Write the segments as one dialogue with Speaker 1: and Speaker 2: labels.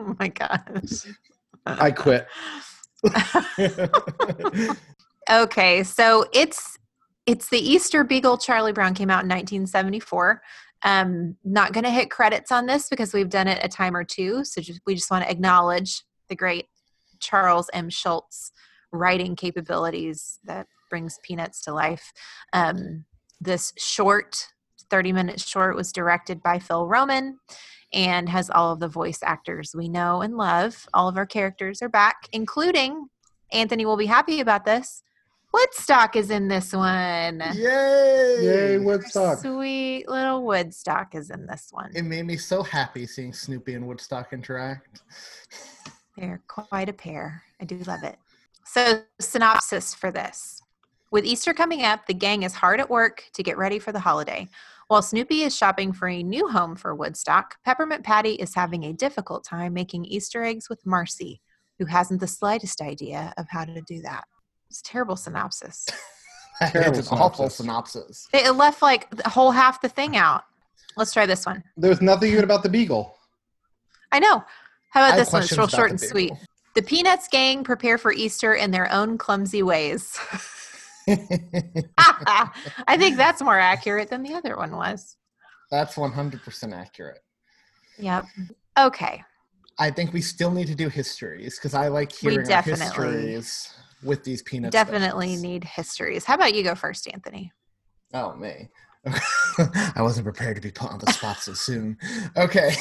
Speaker 1: oh my gosh!
Speaker 2: I quit.
Speaker 1: okay, so it's it's the Easter Beagle. Charlie Brown came out in 1974. Um, not going to hit credits on this because we've done it a time or two. So just, we just want to acknowledge the great Charles M. Schultz writing capabilities that brings Peanuts to life. Um, this short, 30 minute short, was directed by Phil Roman and has all of the voice actors we know and love. All of our characters are back, including Anthony will be happy about this. Woodstock is in this one.
Speaker 3: Yay!
Speaker 2: Yay, Woodstock.
Speaker 1: Sweet little Woodstock is in this one.
Speaker 3: It made me so happy seeing Snoopy and Woodstock interact.
Speaker 1: They're quite a pair. I do love it. So, synopsis for this with Easter coming up, the gang is hard at work to get ready for the holiday. While Snoopy is shopping for a new home for Woodstock, Peppermint Patty is having a difficult time making Easter eggs with Marcy, who hasn't the slightest idea of how to do that. It's terrible synopsis.
Speaker 3: terrible it's an awful synopsis.
Speaker 1: It left like the whole half the thing out. Let's try this one.
Speaker 2: There's nothing even about the beagle.
Speaker 1: I know. How about this one? It's real short and sweet. The Peanuts gang prepare for Easter in their own clumsy ways. I think that's more accurate than the other one was.
Speaker 3: That's 100% accurate.
Speaker 1: Yep. Okay.
Speaker 3: I think we still need to do histories because I like hearing histories with these peanuts.
Speaker 1: Definitely specials. need histories. How about you go first, Anthony?
Speaker 3: Oh, me. I wasn't prepared to be put on the spot so soon. Okay.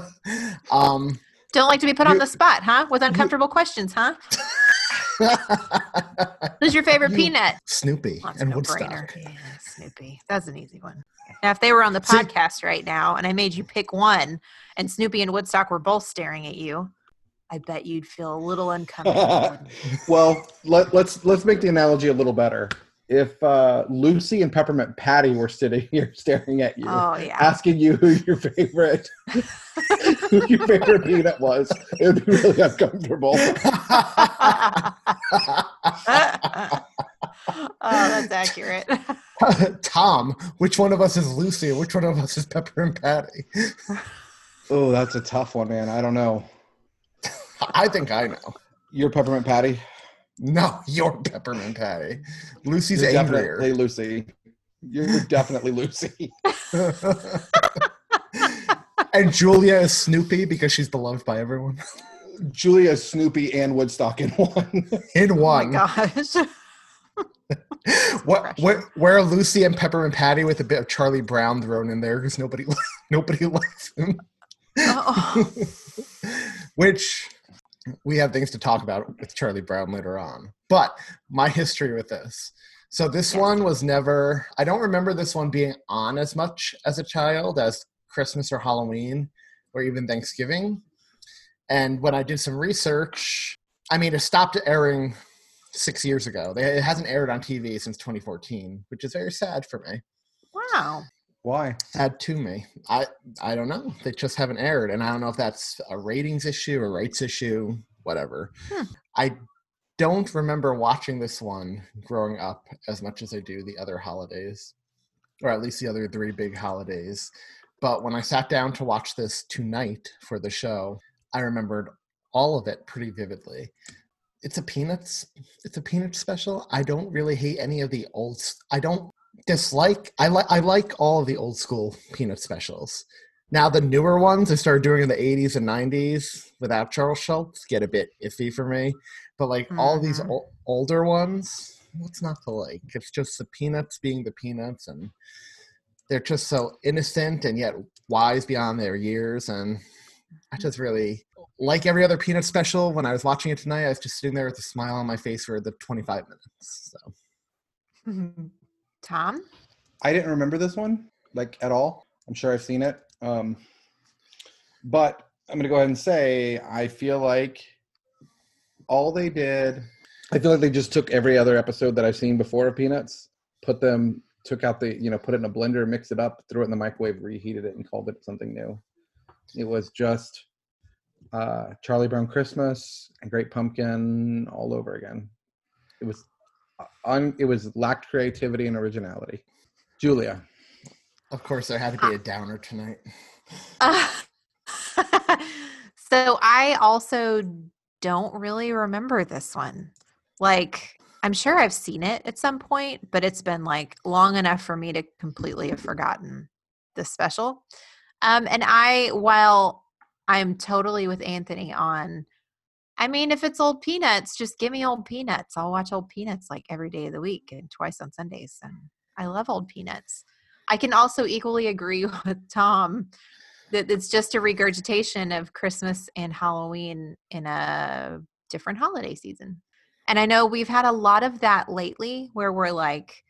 Speaker 3: um,
Speaker 1: Don't like to be put on the spot, huh? With uncomfortable you, questions, huh? Who's your favorite you, peanut?
Speaker 3: Snoopy oh, and no Woodstock.
Speaker 1: Yeah, Snoopy. That's an easy one. Now, if they were on the podcast See, right now and I made you pick one and Snoopy and Woodstock were both staring at you, I bet you'd feel a little uncomfortable.
Speaker 2: well, let, us let's, let's make the analogy a little better. If uh, Lucy and Peppermint Patty were sitting here staring at you,
Speaker 1: oh, yeah.
Speaker 2: asking you who your favorite who your favorite peanut was, it would be really uncomfortable.
Speaker 1: oh, that's accurate. Oh
Speaker 3: Tom, which one of us is Lucy? Which one of us is Pepper and Patty?
Speaker 2: oh, that's a tough one, man. I don't know.
Speaker 3: I think I know.
Speaker 2: You're Peppermint Patty.
Speaker 3: No, you're Peppermint Patty. Lucy's you're angrier.
Speaker 2: Definitely Lucy. You're definitely Lucy.
Speaker 3: and Julia is Snoopy because she's beloved by everyone.
Speaker 2: Julia is Snoopy and Woodstock in one.
Speaker 3: in one.
Speaker 1: Oh my gosh.
Speaker 3: what, where, where, are Lucy and Pepper and Patty with a bit of Charlie Brown thrown in there because nobody nobody likes him.
Speaker 1: Oh.
Speaker 3: Which we have things to talk about with Charlie Brown later on. But my history with this. So this yeah. one was never I don't remember this one being on as much as a child as Christmas or Halloween or even Thanksgiving. And when I did some research, I mean, it stopped airing six years ago. It hasn't aired on TV since 2014, which is very sad for me.
Speaker 1: Wow.
Speaker 2: Why?
Speaker 3: Sad to me. I I don't know. They just haven't aired, and I don't know if that's a ratings issue, a rights issue, whatever. Hmm. I don't remember watching this one growing up as much as I do the other holidays, or at least the other three big holidays. But when I sat down to watch this tonight for the show, I remembered all of it pretty vividly. It's a peanuts. It's a peanuts special. I don't really hate any of the old. I don't dislike. I like. I like all of the old school peanut specials. Now the newer ones they started doing in the '80s and '90s without Charles Schultz get a bit iffy for me. But like mm-hmm. all these o- older ones, what's not to like? It's just the peanuts being the peanuts, and they're just so innocent and yet wise beyond their years. And I just really like every other peanut special. When I was watching it tonight, I was just sitting there with a smile on my face for the 25 minutes. So,
Speaker 1: mm-hmm. Tom,
Speaker 2: I didn't remember this one like at all. I'm sure I've seen it, um, but I'm gonna go ahead and say I feel like all they did I feel like they just took every other episode that I've seen before of Peanuts, put them, took out the, you know, put it in a blender, mixed it up, threw it in the microwave, reheated it, and called it something new. It was just uh, Charlie Brown Christmas and Great Pumpkin all over again. It was uh, un, it was lacked creativity and originality. Julia,
Speaker 3: of course, there had to be a downer tonight.
Speaker 1: Uh, so I also don't really remember this one. Like, I'm sure I've seen it at some point, but it's been like long enough for me to completely have forgotten this special. Um, and I, while I'm totally with Anthony on, I mean, if it's old peanuts, just give me old peanuts. I'll watch old peanuts like every day of the week and twice on Sundays. And I love old peanuts. I can also equally agree with Tom that it's just a regurgitation of Christmas and Halloween in a different holiday season. And I know we've had a lot of that lately where we're like,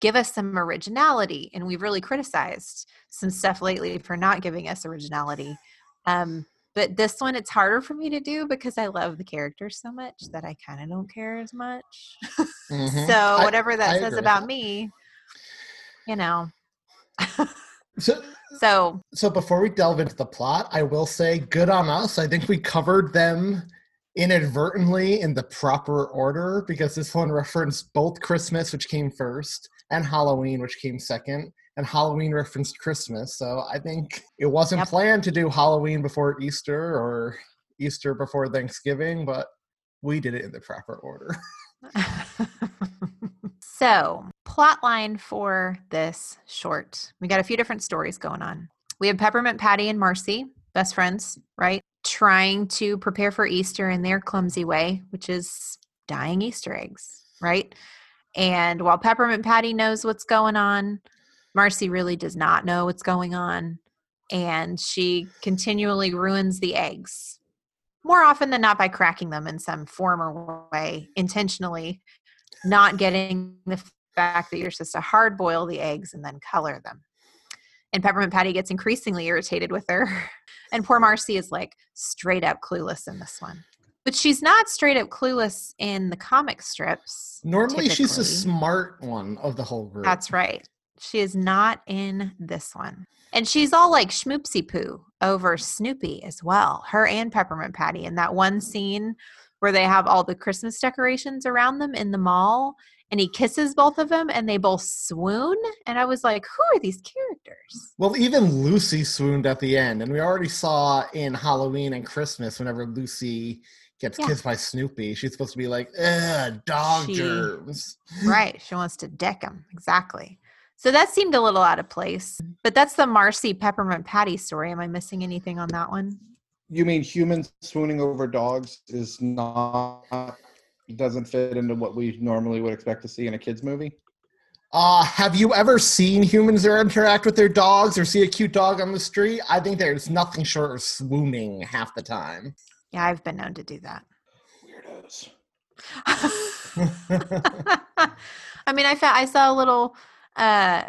Speaker 1: give us some originality. And we've really criticized some stuff lately for not giving us originality. Um, but this one, it's harder for me to do because I love the characters so much that I kind of don't care as much. Mm-hmm. so, whatever I, that I says about that. me, you know.
Speaker 3: so,
Speaker 1: so
Speaker 3: so before we delve into the plot, I will say good on us. I think we covered them inadvertently in the proper order because this one referenced both Christmas, which came first, and Halloween, which came second. And Halloween referenced Christmas. So I think it wasn't yep. planned to do Halloween before Easter or Easter before Thanksgiving, but we did it in the proper order.
Speaker 1: so, plot line for this short. We got a few different stories going on. We have Peppermint Patty and Marcy, best friends, right? Trying to prepare for Easter in their clumsy way, which is dying Easter eggs, right? And while Peppermint Patty knows what's going on, Marcy really does not know what's going on. And she continually ruins the eggs, more often than not by cracking them in some form or way, intentionally, not getting the fact that you're supposed to hard boil the eggs and then color them. And Peppermint Patty gets increasingly irritated with her. And poor Marcy is like straight up clueless in this one. But she's not straight up clueless in the comic strips.
Speaker 3: Normally, typically. she's the smart one of the whole group.
Speaker 1: That's right. She is not in this one. And she's all like schmoopsy poo over Snoopy as well, her and Peppermint Patty. In that one scene where they have all the Christmas decorations around them in the mall and he kisses both of them and they both swoon and i was like who are these characters
Speaker 3: well even lucy swooned at the end and we already saw in halloween and christmas whenever lucy gets yeah. kissed by snoopy she's supposed to be like Ugh, dog she, germs
Speaker 1: right she wants to deck him exactly so that seemed a little out of place but that's the marcy peppermint patty story am i missing anything on that one
Speaker 2: you mean humans swooning over dogs is not doesn't fit into what we normally would expect to see in a kids movie.
Speaker 3: Uh, have you ever seen humans or interact with their dogs or see a cute dog on the street? I think there's nothing short of swooning half the time.
Speaker 1: Yeah, I've been known to do that.
Speaker 2: Weirdos.
Speaker 1: I mean, I, fa- I saw a little. Uh,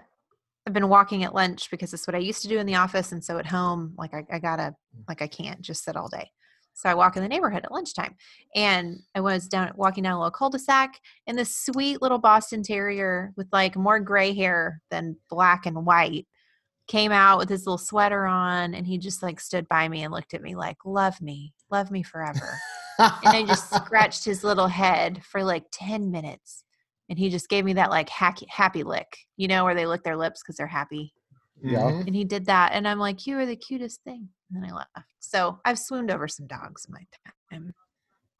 Speaker 1: I've been walking at lunch because it's what I used to do in the office, and so at home, like I, I gotta, like I can't just sit all day. So I walk in the neighborhood at lunchtime, and I was down walking down a little cul-de-sac, and this sweet little Boston Terrier with like more gray hair than black and white came out with his little sweater on, and he just like stood by me and looked at me like, "Love me, love me forever," and I just scratched his little head for like ten minutes, and he just gave me that like hacky, happy lick, you know, where they lick their lips because they're happy.
Speaker 3: Yeah.
Speaker 1: And he did that, and I'm like, "You are the cutest thing." and then I left. So I've swooned over some dogs in my time.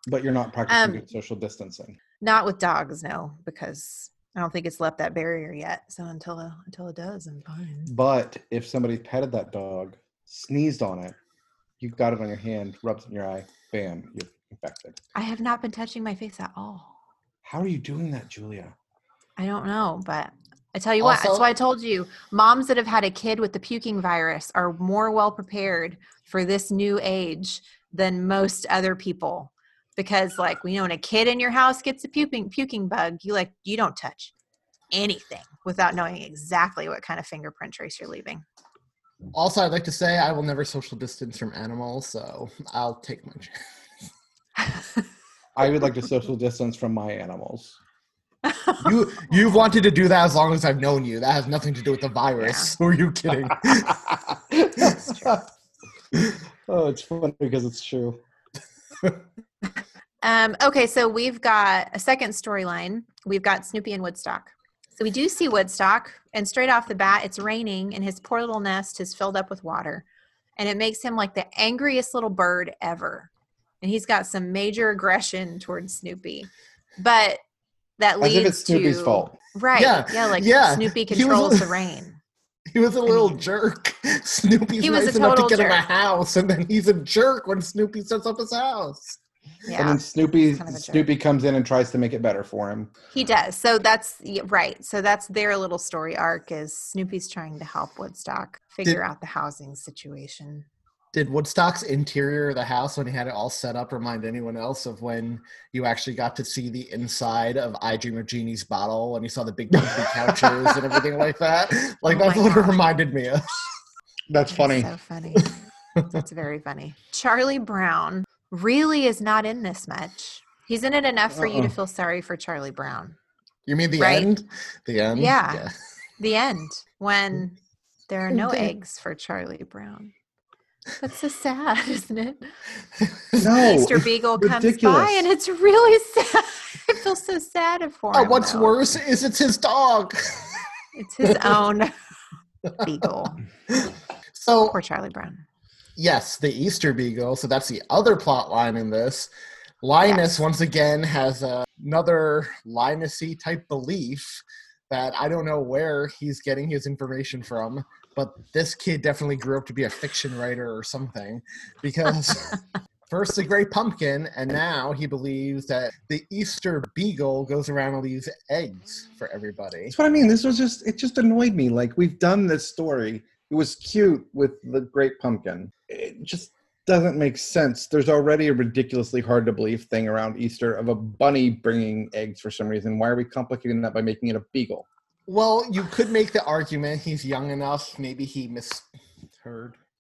Speaker 2: But you're not practicing um, social distancing.
Speaker 1: Not with dogs, no, because I don't think it's left that barrier yet. So until until it does, I'm fine.
Speaker 2: But if somebody petted that dog, sneezed on it, you got it on your hand, rubs in your eye, bam, you're infected.
Speaker 1: I have not been touching my face at all.
Speaker 2: How are you doing that, Julia?
Speaker 1: I don't know, but I tell you what, also, that's why I told you moms that have had a kid with the puking virus are more well prepared for this new age than most other people. Because like we you know when a kid in your house gets a puking puking bug, you like you don't touch anything without knowing exactly what kind of fingerprint trace you're leaving.
Speaker 3: Also, I'd like to say I will never social distance from animals, so I'll take my chance.
Speaker 2: I would like to social distance from my animals.
Speaker 3: you you've wanted to do that as long as I've known you. That has nothing to do with the virus. Were you kidding?
Speaker 2: oh, it's funny because it's true.
Speaker 1: Um, okay, so we've got a second storyline. We've got Snoopy and Woodstock. So we do see Woodstock, and straight off the bat, it's raining, and his poor little nest is filled up with water. And it makes him like the angriest little bird ever. And he's got some major aggression towards Snoopy. But that
Speaker 2: As
Speaker 1: leads
Speaker 2: if it's Snoopy's
Speaker 1: to
Speaker 2: fault.
Speaker 1: right, yeah,
Speaker 3: Yeah,
Speaker 1: like
Speaker 3: yeah.
Speaker 1: Snoopy
Speaker 3: He was a-
Speaker 1: controls the rain.
Speaker 3: He was a little jerk. Snoopy's
Speaker 1: He was
Speaker 3: nice
Speaker 1: a
Speaker 3: enough to
Speaker 1: total
Speaker 3: get him a
Speaker 1: jerk.
Speaker 3: house, and then he's a jerk when Snoopy sets up his house.
Speaker 1: Yeah,
Speaker 2: and then Snoopy
Speaker 1: kind of a jerk.
Speaker 2: Snoopy comes in and tries to make it better for him.
Speaker 1: he does. So that's yeah, right. So that's their little story arc is Snoopy's trying to help Woodstock figure
Speaker 3: Did-
Speaker 1: out the housing situation.
Speaker 3: Did Woodstock's interior of the house when he had it all set up remind anyone else of when you actually got to see the inside of I Dream of Jeannie's bottle and you saw the big comfy couches and everything like that? Like
Speaker 1: Oh
Speaker 3: that's
Speaker 1: my
Speaker 3: what it
Speaker 1: gosh.
Speaker 3: reminded me of.
Speaker 2: That's funny.
Speaker 1: So funny. That's very funny. Charlie Brown really is not in this much. He's in it enough for you to
Speaker 2: Uh-uh.
Speaker 1: feel sorry for Charlie Brown.
Speaker 3: You mean the
Speaker 1: Right.
Speaker 3: end? The end?
Speaker 1: Yeah. The end when there are no eggs for Charlie Brown. That's so sad, isn't it?
Speaker 2: No,
Speaker 1: Easter
Speaker 2: it's
Speaker 1: Beagle comes
Speaker 2: Oh, ridiculous.
Speaker 1: by and it's really sad. I feel so sad for
Speaker 3: Oh,
Speaker 1: him.
Speaker 3: what's
Speaker 1: though.
Speaker 3: worse is it's his dog.
Speaker 1: It's his own beagle.
Speaker 2: Mm.
Speaker 3: So
Speaker 1: Poor Charlie Brown.
Speaker 3: yes, the Easter Beagle. So that's the other plot line in this. Linus once again has a- another Linusy type belief that I don't know where he's getting his information from, but this kid definitely grew up to be a fiction writer or something because first the Great Pumpkin, and now he believes that the Easter Beagle goes around and leaves eggs for everybody.
Speaker 2: That's what I mean. This was just it just annoyed me. Like we've done this story. It was cute with the great pumpkin. It just doesn't make sense. There's already a ridiculously hard to believe thing around Easter of a bunny bringing eggs for some reason. Why are we complicating that by making it a beagle?
Speaker 3: Well, you could make the argument he's young enough. Maybe he misheard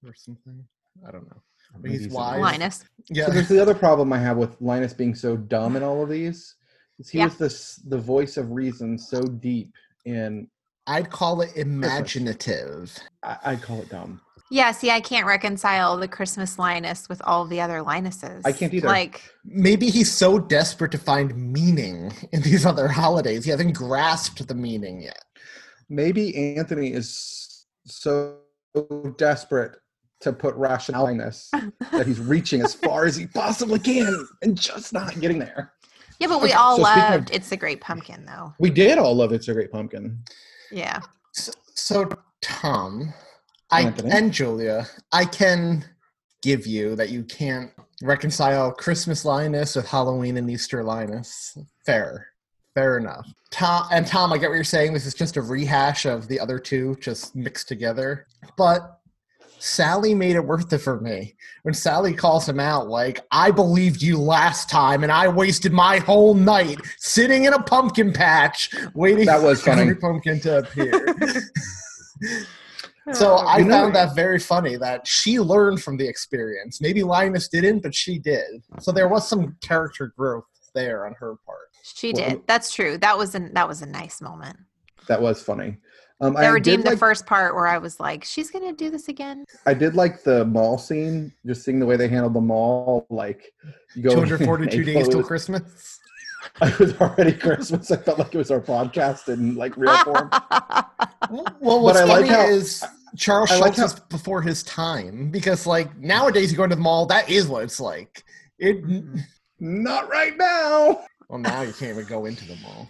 Speaker 3: or something. I don't know. But he's
Speaker 2: Maybe
Speaker 3: wise.
Speaker 1: Linus.
Speaker 3: Yeah.
Speaker 2: So there's the other problem I have with Linus being so dumb in all of these. Is he
Speaker 1: Yeah.
Speaker 2: was the s- the voice of reason so deep in
Speaker 3: I'd call it imaginative.
Speaker 2: I, I call it dumb.
Speaker 1: Yeah, see, I can't reconcile the Christmas Linus with all the other Linuses.
Speaker 2: I can't either.
Speaker 1: Like,
Speaker 3: Maybe he's so desperate to find meaning in these other holidays. He hasn't grasped the meaning yet.
Speaker 2: Maybe Anthony is so desperate to put rationale in this that he's reaching as far as he possibly can and just not getting there.
Speaker 1: yeah, but we
Speaker 2: Okay,
Speaker 1: all
Speaker 2: so speaking of-
Speaker 1: loved It's the Great Pumpkin, though.
Speaker 2: We did all love It's a Great Pumpkin.
Speaker 1: Yeah.
Speaker 3: So, so Tom, I
Speaker 2: Anthony?
Speaker 3: and Julia, I can give you that you can't reconcile Christmas Linus with Halloween and Easter Linus. Fair, fair enough. Tom and Tom, I get what you're saying. This is just a rehash of the other two, just mixed together. But Sally made it worth it for me when Sally calls him out, like, I believed you last time and I wasted my whole night sitting in a pumpkin patch waiting
Speaker 2: That was
Speaker 3: for
Speaker 2: funny.
Speaker 3: every pumpkin to appear. so I
Speaker 2: You know-
Speaker 3: found that very funny that she learned from the experience. Maybe Linus didn't, but she did. So there was some character growth there on her part.
Speaker 1: She
Speaker 2: Well,
Speaker 1: did. That's true. That was an that was a nice moment.
Speaker 2: That was funny. Um,
Speaker 1: They
Speaker 2: I
Speaker 1: redeemed
Speaker 2: did,
Speaker 1: the
Speaker 2: like,
Speaker 1: first part where I was like, "She's gonna do this again."
Speaker 2: I did like the mall scene, just seeing the way they handled the mall. Like, you go
Speaker 3: 242 days till
Speaker 2: It was-
Speaker 3: Christmas.
Speaker 2: It was already Christmas. I felt like it was our podcast in like real form.
Speaker 3: Well, what's
Speaker 2: I like
Speaker 3: funny
Speaker 2: how-
Speaker 3: is Charles
Speaker 2: I like
Speaker 3: Schultz is before his time because, like, nowadays you go into the mall, that is what it's like. It
Speaker 2: Not right now.
Speaker 3: well, now you can't even go into the mall.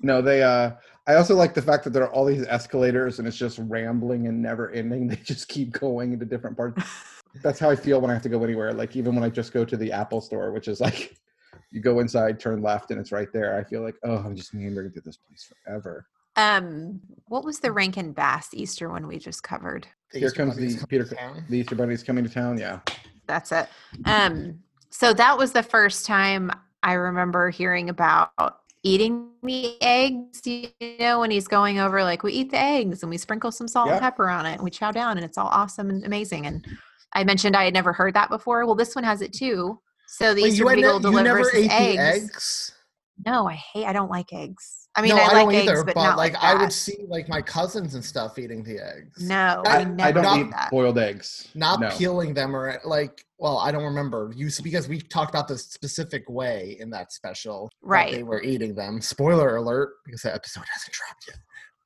Speaker 2: No, they. uh I also like the fact that there are all these escalators and it's just rambling and never ending. They just keep going into different parts. That's how I feel when I have to go anywhere. Like even when I just go to the Apple Store, which is like, you go inside, turn left, and it's right there. I feel like, oh, I'm just meandering through this place forever.
Speaker 1: Um, what was the Rankin Bass Easter one we just covered?
Speaker 3: The
Speaker 2: Here
Speaker 3: Easter
Speaker 2: comes
Speaker 3: Bunny's
Speaker 2: the
Speaker 3: coming
Speaker 2: Peter,
Speaker 3: to town.
Speaker 2: the Easter Bunny's coming to town. Yeah,
Speaker 1: That's it. Um, so that was the first time I remember hearing about eating the eggs. You know, when he's going over, like we eat the eggs and we sprinkle some salt and
Speaker 2: Yeah.
Speaker 1: pepper on it, and we chow down, and it's all awesome and amazing. And I mentioned I had never heard that before. Well, this one has it too. So the
Speaker 3: Wait,
Speaker 1: Easter
Speaker 3: you had
Speaker 1: Beagle
Speaker 3: ne- you never
Speaker 1: delivers
Speaker 3: ate the
Speaker 1: eggs.
Speaker 3: eggs?
Speaker 1: No, I hate. I don't like eggs. I
Speaker 3: no,
Speaker 1: mean, I,
Speaker 3: don't
Speaker 1: like eggs,
Speaker 3: either.
Speaker 1: but, not like,
Speaker 3: I
Speaker 1: that.
Speaker 3: would see like my cousins and stuff eating the eggs.
Speaker 1: No,
Speaker 3: I-
Speaker 1: I,
Speaker 3: I
Speaker 1: never
Speaker 2: I don't
Speaker 3: Not
Speaker 2: eat
Speaker 1: that.
Speaker 2: boiled eggs.
Speaker 3: Not
Speaker 2: No.
Speaker 3: peeling them or like, well, I don't remember you s- because we talked about the specific way in that special that
Speaker 1: Right.
Speaker 3: they were eating them. Spoiler alert, because that episode hasn't dropped yet.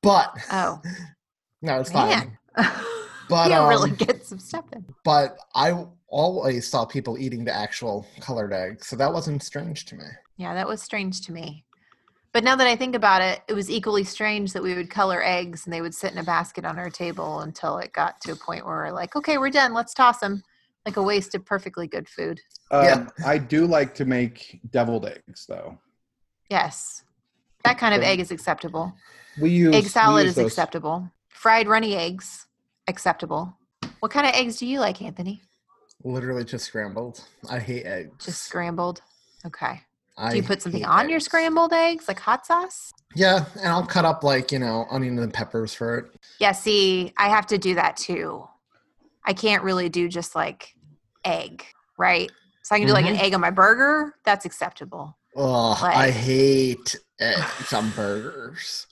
Speaker 3: But
Speaker 1: Oh
Speaker 3: no, it's fine.
Speaker 1: man,
Speaker 3: But
Speaker 1: you
Speaker 3: um,
Speaker 1: really get some stuff in.
Speaker 3: but I always saw people eating the actual colored eggs, so that wasn't strange to me.
Speaker 1: Yeah, that was strange to me. But now that I think about it, it was equally strange that we would color eggs and they would sit in a basket on our table until it got to a point where we're like, okay, we're done. Let's toss them. Like a waste of perfectly good food.
Speaker 2: Um,
Speaker 3: Yeah.
Speaker 2: I do like to make deviled eggs, though.
Speaker 1: Yes. That kind of
Speaker 2: Then-
Speaker 1: egg is acceptable.
Speaker 2: We use
Speaker 1: Egg
Speaker 2: we
Speaker 1: salad
Speaker 2: use
Speaker 1: is
Speaker 2: those-
Speaker 1: acceptable. Fried runny eggs, acceptable. What kind of eggs do you like, Anthony?
Speaker 3: Literally just scrambled. I hate eggs.
Speaker 1: Just scrambled. Okay.
Speaker 3: I
Speaker 1: Do you put something
Speaker 3: hate
Speaker 1: on your
Speaker 3: eggs.
Speaker 1: scrambled eggs, like hot sauce?
Speaker 3: Yeah, and I'll cut up like you know onion and peppers for it.
Speaker 1: Yeah, see, I have to do that too. I can't really do just like egg, right? So I can do like an
Speaker 2: Mm-hmm.
Speaker 1: egg on my burger. That's acceptable.
Speaker 3: Oh, I
Speaker 1: Like-
Speaker 3: hate eggs on burgers.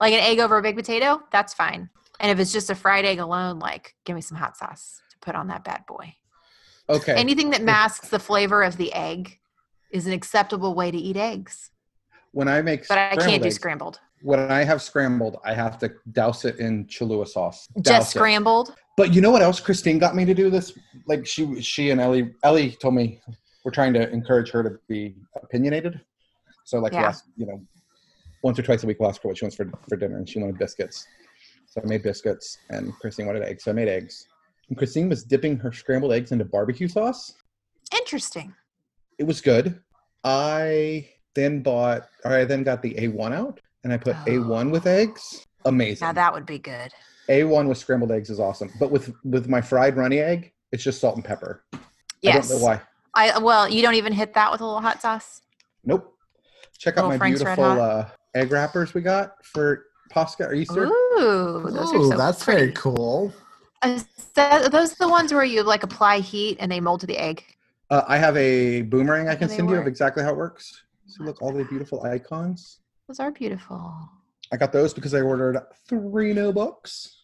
Speaker 1: Like an egg over a baked potato, that's fine. And if it's just a fried egg alone, like give me some hot sauce to put on that bad boy.
Speaker 2: Okay.
Speaker 1: Anything that masks the flavor of the egg is an acceptable way to eat eggs.
Speaker 2: when I make
Speaker 1: But I can't
Speaker 2: scrambled
Speaker 1: do
Speaker 2: eggs,
Speaker 1: scrambled.
Speaker 2: When I have scrambled, I have to douse it in Cholula sauce. Douse
Speaker 1: Just
Speaker 2: it.
Speaker 1: scrambled.
Speaker 2: But you know what else Christine got me to do this? Like she she and Ellie Ellie told me we're trying to encourage her to be opinionated. So like
Speaker 1: Yeah.
Speaker 2: last you know once or twice a week we'll ask her what she wants for, for dinner and she wanted biscuits. So I made biscuits and Christine wanted eggs, so I made eggs. And Christine was dipping her scrambled eggs into barbecue sauce.
Speaker 1: Interesting.
Speaker 2: It was good. I then bought or I then got the A1 out and I put A1 with eggs. Amazing.
Speaker 1: Oh. Now that would be good.
Speaker 2: A1 with scrambled eggs is awesome. But with with my fried runny egg, it's just salt and pepper.
Speaker 1: Yes.
Speaker 2: I don't know why.
Speaker 1: I well, you don't even hit that with a little hot sauce.
Speaker 2: Nope. Check out
Speaker 1: Little
Speaker 2: my
Speaker 1: Frank's Red
Speaker 2: beautiful
Speaker 1: Hot.
Speaker 2: uh, egg wrappers we got for Pascha or Easter.
Speaker 1: Ooh, those are
Speaker 3: Ooh,
Speaker 1: so
Speaker 3: Oh, that's
Speaker 1: pretty.
Speaker 3: very cool.
Speaker 1: Is that, are those the ones where you like apply heat and they mold to the egg?
Speaker 2: Uh, I have a boomerang I can
Speaker 1: They
Speaker 2: send you of
Speaker 1: work.
Speaker 2: exactly how it works. So look, all the beautiful icons.
Speaker 1: Those are beautiful.
Speaker 2: I got those because I ordered three no books.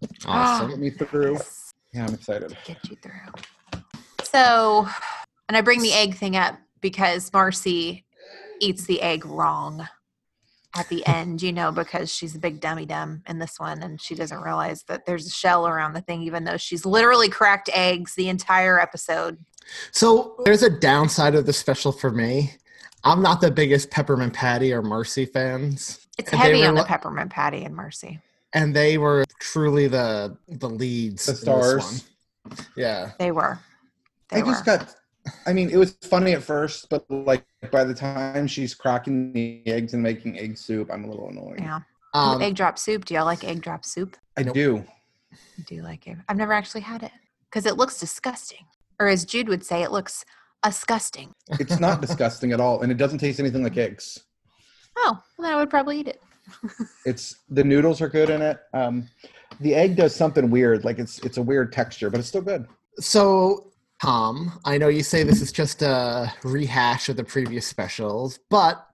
Speaker 2: Get
Speaker 1: Ah.
Speaker 3: Awesome.
Speaker 2: me through.
Speaker 1: Yes,
Speaker 2: Yeah, I'm excited.
Speaker 1: Get you through. So, and I bring the egg thing up because Marcy eats the egg wrong at the end, you know, because she's a big dummy dumb in this one and she doesn't realize that there's a shell around the thing, even though she's literally cracked eggs the entire episode.
Speaker 3: So there's a downside of the special for me. I'm not the biggest peppermint patty or Marcy fans,
Speaker 1: It's
Speaker 3: And they
Speaker 1: heavy on the
Speaker 3: rela-
Speaker 1: peppermint patty and Marcy.
Speaker 3: and they were truly the the leads.
Speaker 2: The
Speaker 3: in this
Speaker 2: stars.
Speaker 3: one. Yeah.
Speaker 1: They were. They
Speaker 2: I
Speaker 1: were.
Speaker 2: just got. I mean, it was funny at first, but like by the time she's cracking the eggs and making egg soup, I'm a little annoyed.
Speaker 1: yeah.
Speaker 3: Um,
Speaker 1: egg drop soup. Do y'all like egg drop soup?
Speaker 2: I
Speaker 3: Nope.
Speaker 2: do.
Speaker 1: I do like it. I've never actually had it because it looks disgusting. Or as Jude would say, it looks disgusting.
Speaker 2: It's not disgusting at all, and it doesn't taste anything like eggs.
Speaker 1: Oh, well, then I would probably eat it.
Speaker 2: It's the noodles are good in it. Um, the egg does something weird, like it's it's a weird texture, but it's still good.
Speaker 3: So, Tom, I know you say this is just a rehash of the previous specials, but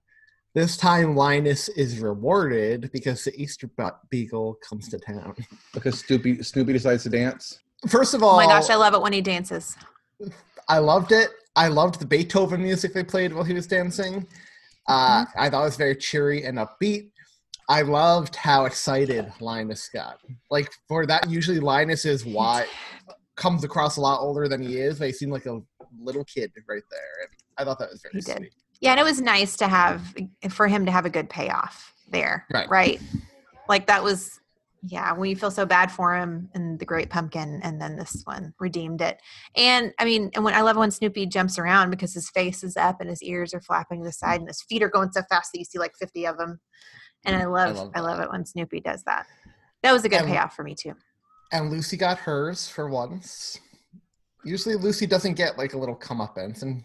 Speaker 3: this time Linus is rewarded because the Easter Bu- Beagle comes to town.
Speaker 2: Because Snoopy Snoopy decides to dance.
Speaker 3: First of all,
Speaker 1: oh my gosh, I love it when he dances.
Speaker 3: I loved it. I loved the Beethoven music they played while he was dancing. Uh,
Speaker 1: Mm-hmm.
Speaker 3: I thought it was very cheery and upbeat. I loved how excited Linus got. Like for that, usually Linus is why comes across a lot older than he is, but he seemed like a little kid right there. And I thought that was very
Speaker 1: He
Speaker 3: sweet.
Speaker 1: did. Yeah, and it was nice to have for him to have a good payoff there.
Speaker 3: Right.
Speaker 1: Like that was yeah, when you feel so bad for him and the great pumpkin and then this one redeemed it. And I mean, and when I love when Snoopy jumps around because his face is up and his ears are flapping to the side and his feet are going so fast that you see like 50 of them. And I love I
Speaker 3: Mm, love
Speaker 1: love, it when Snoopy does that. That was a good
Speaker 3: And-
Speaker 1: payoff for me too.
Speaker 3: And Lucy got hers for once. Usually Lucy doesn't get like a little comeuppance, and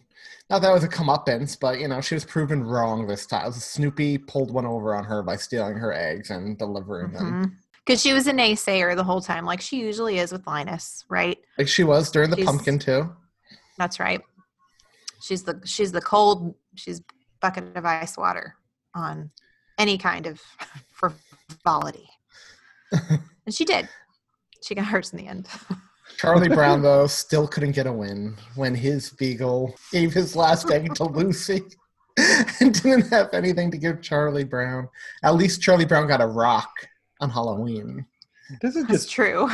Speaker 3: not that it was a comeuppance, but you know she was proven wrong this time. Snoopy pulled one over on her by stealing her eggs and delivering them,
Speaker 1: Because Mm-hmm. she was a naysayer the whole time, like she usually is with Linus, right?
Speaker 3: like she was during the
Speaker 1: She's-
Speaker 3: pumpkin too.
Speaker 1: That's right. She's the she's the cold she's bucket of ice water on any kind of frivolity. and she did. She got hers in the end.
Speaker 3: Charlie Brown, though, still couldn't get a win when his beagle gave his last egg to Lucy and didn't have anything to give Charlie Brown. At least Charlie Brown got a rock on Halloween.
Speaker 2: This is
Speaker 1: That's
Speaker 2: just
Speaker 1: true.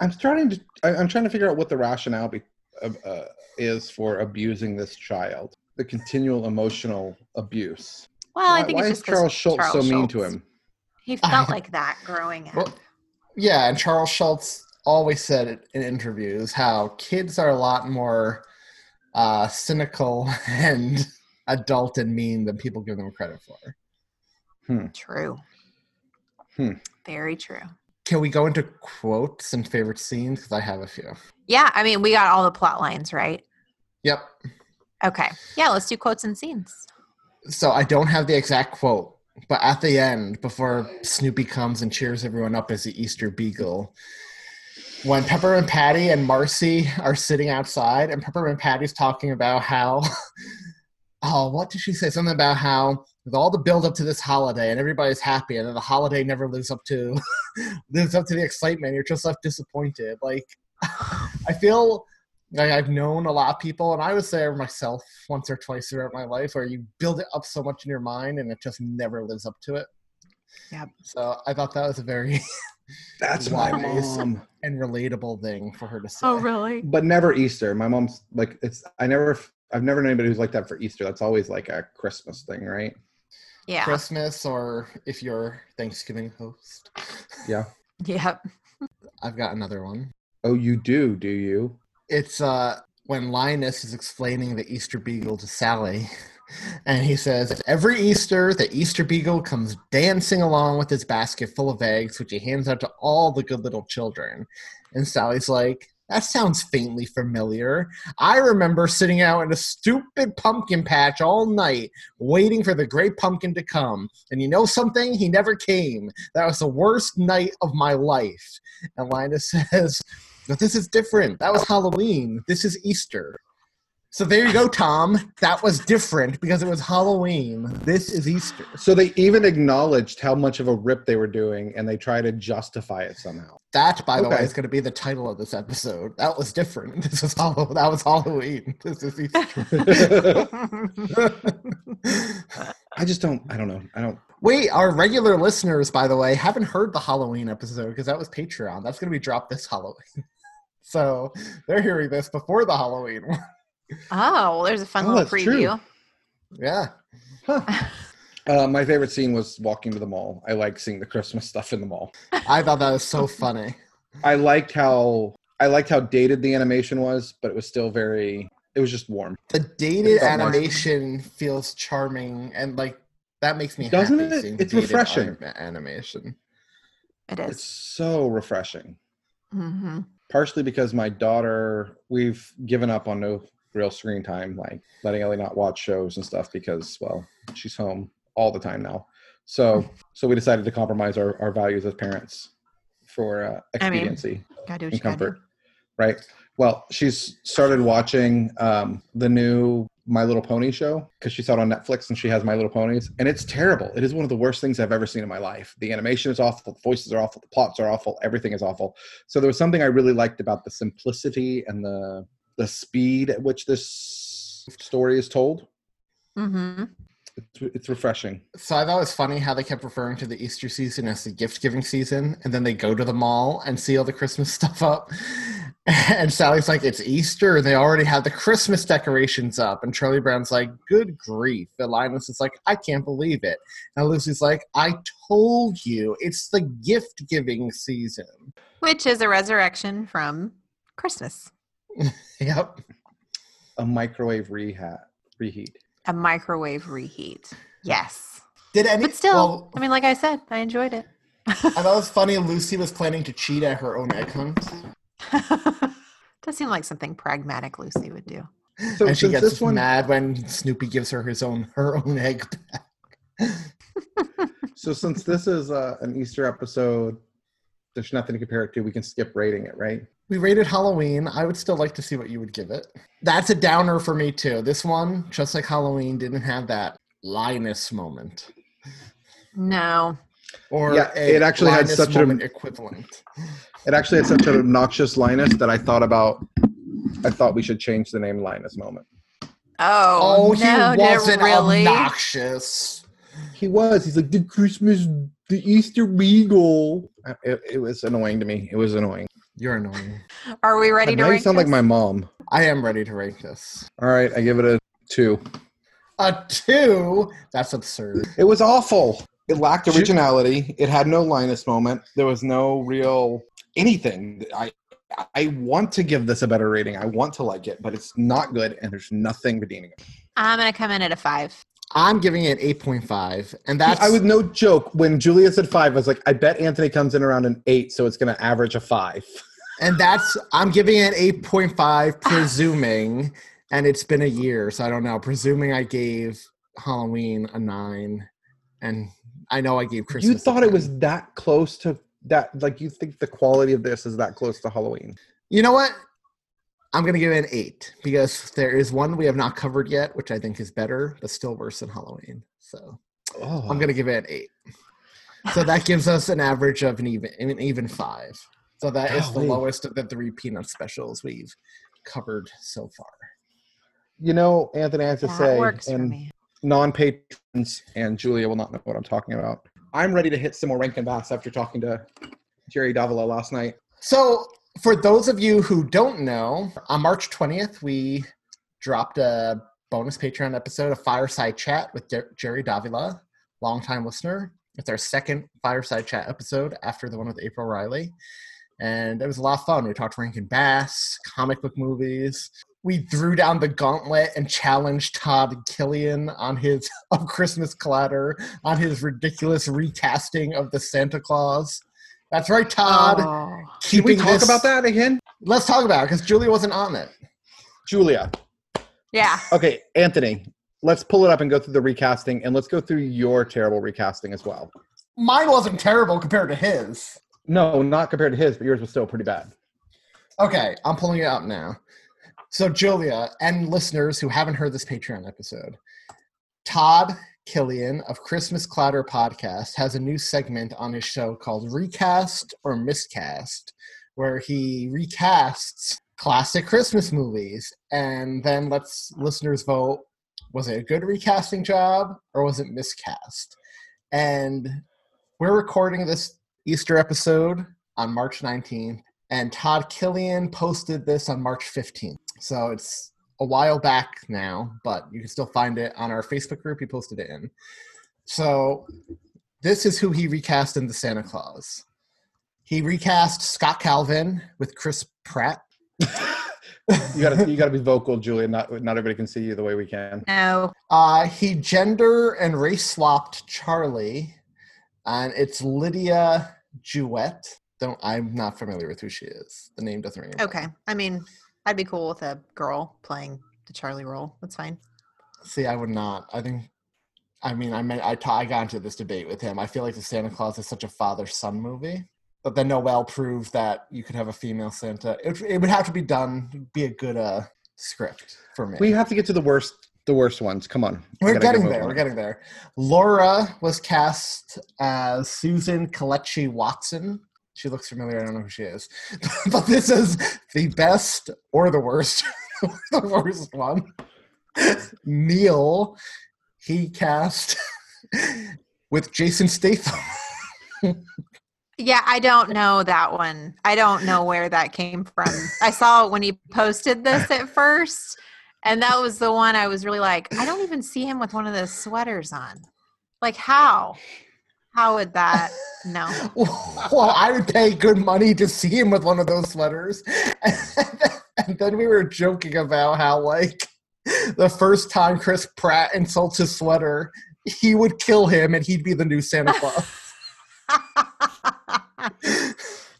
Speaker 2: I'm starting to. I, I'm trying to figure out what the rationale be, uh, is for abusing this child. The continual emotional abuse.
Speaker 1: Well,
Speaker 2: why
Speaker 1: I think
Speaker 2: why
Speaker 1: it's
Speaker 2: is
Speaker 1: just 'cause
Speaker 2: Charles Schultz so
Speaker 1: Charles
Speaker 2: mean to
Speaker 1: Schultz.
Speaker 2: him?
Speaker 1: He felt like that growing up.
Speaker 3: Well, yeah, and Charles Schultz always said it in interviews how kids are a lot more uh, cynical and adult and mean than people give them credit for.
Speaker 1: True.
Speaker 2: Hmm.
Speaker 1: Very true.
Speaker 3: Can we go into quotes and favorite scenes? Because I have a few.
Speaker 1: Yeah, I mean, we got all the plot lines right.
Speaker 3: Yep.
Speaker 1: Okay. Yeah, let's do quotes and scenes.
Speaker 3: So I don't have the exact quote, but at the end, before Snoopy comes and cheers everyone up as the Easter Beagle, when Pepper and Patty and Marcy are sitting outside, and Pepper and Patty's talking about how, oh, what did she say? Something about how with all the build up to this holiday and everybody's happy, and then the holiday never lives up to lives up to the excitement. You're just left disappointed. Like I feel like I've known a lot of people, and I was there myself once or twice throughout my life, where you build it up so much in your mind, and it just never lives up to it.
Speaker 1: Yep.
Speaker 3: So I thought that was a very
Speaker 2: That's my
Speaker 3: Wise.
Speaker 2: mom.
Speaker 3: and relatable thing for her to say.
Speaker 1: Oh, really?
Speaker 2: But never Easter. My mom's like it's. I never. I've never known anybody who's like that for Easter. That's always like a Christmas thing, right?
Speaker 1: Yeah.
Speaker 3: Christmas, or if you're Thanksgiving host,
Speaker 2: Yeah.
Speaker 1: Yep.
Speaker 3: I've got another one.
Speaker 2: Oh, you do, do you?
Speaker 3: It's uh, when Linus is explaining the Easter Beagle to Sally, and he says, Every Easter, the Easter Beagle comes dancing along with his basket full of eggs, which he hands out to all the good little children. And Sally's like, That sounds faintly familiar. I remember sitting out in a stupid pumpkin patch all night, waiting for the great pumpkin to come. And you know something? He never came. That was the worst night of my life. And Linus says, but this is different. That was Halloween. This is Easter. So there you go, Tom. That was different because it was Halloween. This is Easter.
Speaker 2: So they even acknowledged how much of a rip they were doing, and they try to justify it somehow.
Speaker 3: That, by the
Speaker 2: Okay.
Speaker 3: way, is going to be the title of this episode. That was different. This is Halloween. That was Halloween. This is
Speaker 2: I
Speaker 1: Oh,
Speaker 3: Easter.
Speaker 2: just don't. I don't know. I don't.
Speaker 3: Wait, our regular listeners, by the way, haven't heard the Halloween episode because that was Patreon. That's going to be dropped this Halloween. So they're hearing this before the Halloween. one.
Speaker 1: Oh, well, there's a fun
Speaker 2: Oh,
Speaker 1: little
Speaker 2: that's
Speaker 1: preview.
Speaker 3: yeah.
Speaker 2: Uh, my favorite scene was walking to the mall. I like seeing the Christmas stuff in the mall.
Speaker 3: I thought that was so funny.
Speaker 2: I liked how I liked how dated the animation was, but it was still very. It was just warm.
Speaker 3: The dated
Speaker 2: It's not nice.
Speaker 3: animation feels charming and like that makes me
Speaker 2: Doesn't
Speaker 3: happy
Speaker 2: it?
Speaker 3: seeing
Speaker 2: It's
Speaker 3: dated
Speaker 2: refreshing.
Speaker 3: anim- animation.
Speaker 1: It
Speaker 2: It's
Speaker 1: is.
Speaker 2: so refreshing.
Speaker 1: Mm-hmm.
Speaker 2: Partially because my daughter, we've given up on no real screen time, like letting Ellie not watch shows and stuff because, well, she's home all the time now. So, so we decided to compromise our, our values as parents for uh,
Speaker 1: I mean,
Speaker 2: expediency.
Speaker 1: Gotta do what you
Speaker 2: and
Speaker 1: gotta do.
Speaker 2: comfort. Right. Well, she's started watching um, the new My Little Pony show because she saw it on Netflix and she has My Little Ponies. And it's terrible. It is one of the worst things I've ever seen in my life. The animation is awful. The voices are awful. The plots are awful. Everything is awful. So there was something I really liked about the simplicity and the the speed at which this story is told.
Speaker 1: Mm-hmm.
Speaker 2: It's, it's refreshing.
Speaker 3: So I thought it was funny how they kept referring to the Easter season as the gift giving season, and then they go to the mall and see all the Christmas stuff up. And Sally's like, "It's Easter, and they already have the Christmas decorations up." And Charlie Brown's like, "Good grief!" And Linus is like, "I can't believe it." And Lucy's like, "I told you, it's the gift giving season."
Speaker 1: Which is a resurrection from Christmas,
Speaker 3: Yep.
Speaker 2: A microwave rehat reheat.
Speaker 1: a microwave reheat. Yes.
Speaker 3: Did any?
Speaker 1: But still,
Speaker 3: well,
Speaker 1: I mean, like I said, I enjoyed it.
Speaker 3: I thought it was funny. Lucy was planning to cheat at her own egg hunt,
Speaker 1: Does seem like something pragmatic Lucy would do.
Speaker 2: So
Speaker 3: and she
Speaker 2: since
Speaker 3: gets
Speaker 2: this one,
Speaker 3: mad when Snoopy gives her his own her own egg.
Speaker 2: so since this is uh, an Easter episode, there's nothing to compare it to. We can skip rating it, right?
Speaker 3: We rated Halloween. I would still like to see what you would give it. That's a downer for me too. This one, just like Halloween, didn't have that Linus moment.
Speaker 1: No.
Speaker 3: Or
Speaker 2: Yeah,
Speaker 3: a
Speaker 2: it actually had
Speaker 3: Linus
Speaker 2: such an-
Speaker 3: moment equivalent.
Speaker 2: It actually had such an obnoxious Linus that I thought about. I thought we should change the name Linus Moment.
Speaker 1: Oh, no,
Speaker 3: he
Speaker 1: did it
Speaker 3: wasn't
Speaker 1: really?
Speaker 3: obnoxious.
Speaker 2: He was. He's like the Christmas, the Easter Beagle. I- It, it was annoying to me. It was annoying.
Speaker 3: You're annoying.
Speaker 1: Are we ready to
Speaker 2: now you
Speaker 1: rank
Speaker 2: sound like
Speaker 1: this?
Speaker 2: my mom.
Speaker 3: I am ready to rank this.
Speaker 2: All right, I give it a two.
Speaker 3: A two? That's absurd.
Speaker 2: It was awful. It lacked
Speaker 3: Shoot.
Speaker 2: originality. It had no Linus moment. There was no real anything. I I want to give this a better rating. I want to like it, but it's not good, and there's nothing redeeming it.
Speaker 1: I'm going to come in at a five.
Speaker 3: I'm giving it 8.5. And that's
Speaker 2: I was no joke when Julia said five. I was like, I bet Anthony comes in around an eight, so it's going to average a five.
Speaker 3: and that's I'm giving it 8.5 presuming and it's been a year, so I don't know. Presuming I gave Halloween a 9 and I know I gave Christmas.
Speaker 2: you
Speaker 3: a
Speaker 2: thought it
Speaker 3: 10.
Speaker 2: was that close to that? Like you think the quality of this is that close to Halloween?
Speaker 3: You know what? I'm going to give it an 8 because there is one we have not covered yet, which I think is better, but still worse than Halloween. So
Speaker 2: Oh,
Speaker 3: I'm going to give it an 8. So that gives us an average of an even an even 5. So that is the
Speaker 2: Golly.
Speaker 3: lowest of the three peanut specials we've covered so far.
Speaker 2: You know, Anthony, I have to
Speaker 1: That
Speaker 2: say,
Speaker 1: works for
Speaker 2: and
Speaker 1: me.
Speaker 2: non-patrons and Julia will not know what I'm talking about. I'm ready to hit some more Rankin Bass after talking to Jerry Davila last night.
Speaker 3: So, for those of you who don't know, on March 20th, we dropped a bonus Patreon episode, a fireside chat with Jer- Jerry Davila, longtime listener. It's our second fireside chat episode after the one with April Riley. And it was a lot of fun. We talked Rankin Bass, comic book movies. We threw down the gauntlet and challenged Todd Killian on his of Christmas Clatter on his ridiculous recasting of the Santa Claus. That's right, Todd
Speaker 1: Oh.
Speaker 2: Did we
Speaker 3: keeping
Speaker 2: talk
Speaker 3: this-
Speaker 2: about that again?
Speaker 3: Let's talk about it because Julia wasn't on it.
Speaker 2: Julia.
Speaker 1: Yeah.
Speaker 2: Okay, Anthony, let's pull it up and go through the recasting and let's go through your terrible recasting as well.
Speaker 3: Mine wasn't terrible compared to his.
Speaker 2: No, not compared to his, but yours was still pretty bad.
Speaker 3: Okay, I'm pulling it up now. So Julia and listeners who haven't heard this Patreon episode, Todd Killian of Christmas Clatter podcast has a new segment on his show called Recast or Miscast, where he recasts classic Christmas movies and then lets listeners vote was it a good recasting job or was it miscast? And we're recording this Easter episode on March 19th, and Todd Killian posted this on March 15th. So it's a while back now, but you can still find it on our Facebook group. He posted it in. So this is who he recast in the Santa Claus. He recast Scott Calvin with Chris Pratt.
Speaker 2: You gotta you gotta be vocal, Julia. Not not everybody can see you the way we can.
Speaker 1: No.
Speaker 3: Uh, he gender and race swapped Charlie, and it's Lydia Jewett. Don't I'm not familiar with who she is. The name doesn't ring. a bell.
Speaker 1: Okay. I mean, I'd be cool with a girl playing the Charlie role. That's fine.
Speaker 3: See, I would not. I think. I mean, I mean, I ta- I got into this debate with him. I feel like the Santa Claus is such a father-son movie, but then Noel proved that you could have a female Santa. It, it would have to be done, be a good uh script for me.
Speaker 2: We have to get to the worst the worst ones. Come on. We
Speaker 3: We're
Speaker 2: gotta get
Speaker 3: getting
Speaker 2: moving
Speaker 3: there.
Speaker 2: on.
Speaker 3: We're getting there. Laura was cast as Susan Kalechi Watson. She looks familiar. I don't know who she is, but this is the best or the worst, the worst one. Neil, he cast with Jason Statham.
Speaker 1: Yeah, I don't know that one. I don't know where that came from. I saw when he posted this at first, and that was the one I was really like, I don't even see him with one of those sweaters on. Like, how? How would that? No.
Speaker 3: well, I would pay good money to see him with one of those sweaters. and then we were joking about how, like, the first time Chris Pratt insults his sweater, he would kill him and he'd be the new Santa Claus.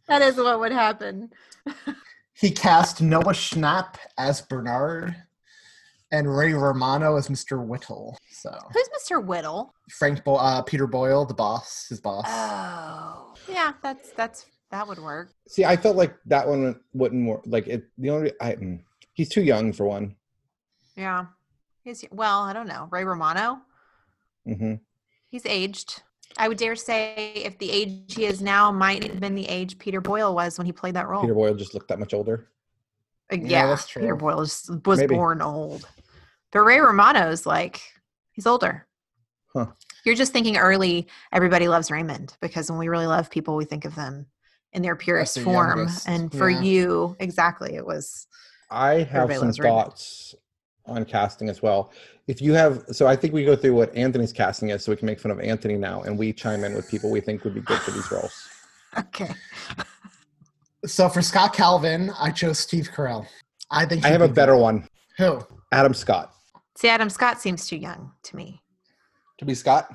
Speaker 1: that is what would happen.
Speaker 3: he cast Noah Schnapp as Bernard and Ray Romano as Mr. Whittle. So,
Speaker 1: Who's Mr. Whittle? Ah.
Speaker 3: Frank Bo- uh, Peter Boyle, the boss, his boss.
Speaker 1: Oh. Yeah, that's that's That would work.
Speaker 2: See, I felt like that one wouldn't work. Like it, the only I, mm, he's too young for one.
Speaker 1: Yeah. He's well, I don't know. Ray Romano.
Speaker 2: Mm-hmm.
Speaker 1: He's aged. I would dare say if the age he is now might have been the age Peter Boyle was when he played
Speaker 3: Oh.
Speaker 1: that role.
Speaker 2: Peter Boyle just looked that much older.
Speaker 1: Uh, yeah,
Speaker 3: that's true.
Speaker 1: Peter Boyle is, was
Speaker 2: Maybe.
Speaker 1: born old. But Ray Romano's like he's older.
Speaker 2: Huh.
Speaker 1: You're just thinking early everybody loves Raymond because when we really love people we think of them in their purest
Speaker 3: their
Speaker 1: form.
Speaker 3: youngest,
Speaker 1: And for
Speaker 3: yeah.
Speaker 1: you, exactly, it was
Speaker 2: I have
Speaker 1: Everybody
Speaker 2: some
Speaker 1: loves Raymond.
Speaker 2: thoughts on casting as well. If you have, so I think we go through what Anthony's casting is, so we can make fun of Anthony now, and we chime in with people we think would be good for these roles.
Speaker 1: okay.
Speaker 3: So for Scott Calvin, I chose Steve Carell. I think
Speaker 2: I have a
Speaker 3: he'd be
Speaker 2: better one:
Speaker 3: good. who.
Speaker 2: Adam Scott.
Speaker 1: See, Adam Scott seems too young to me.
Speaker 2: To be Scott,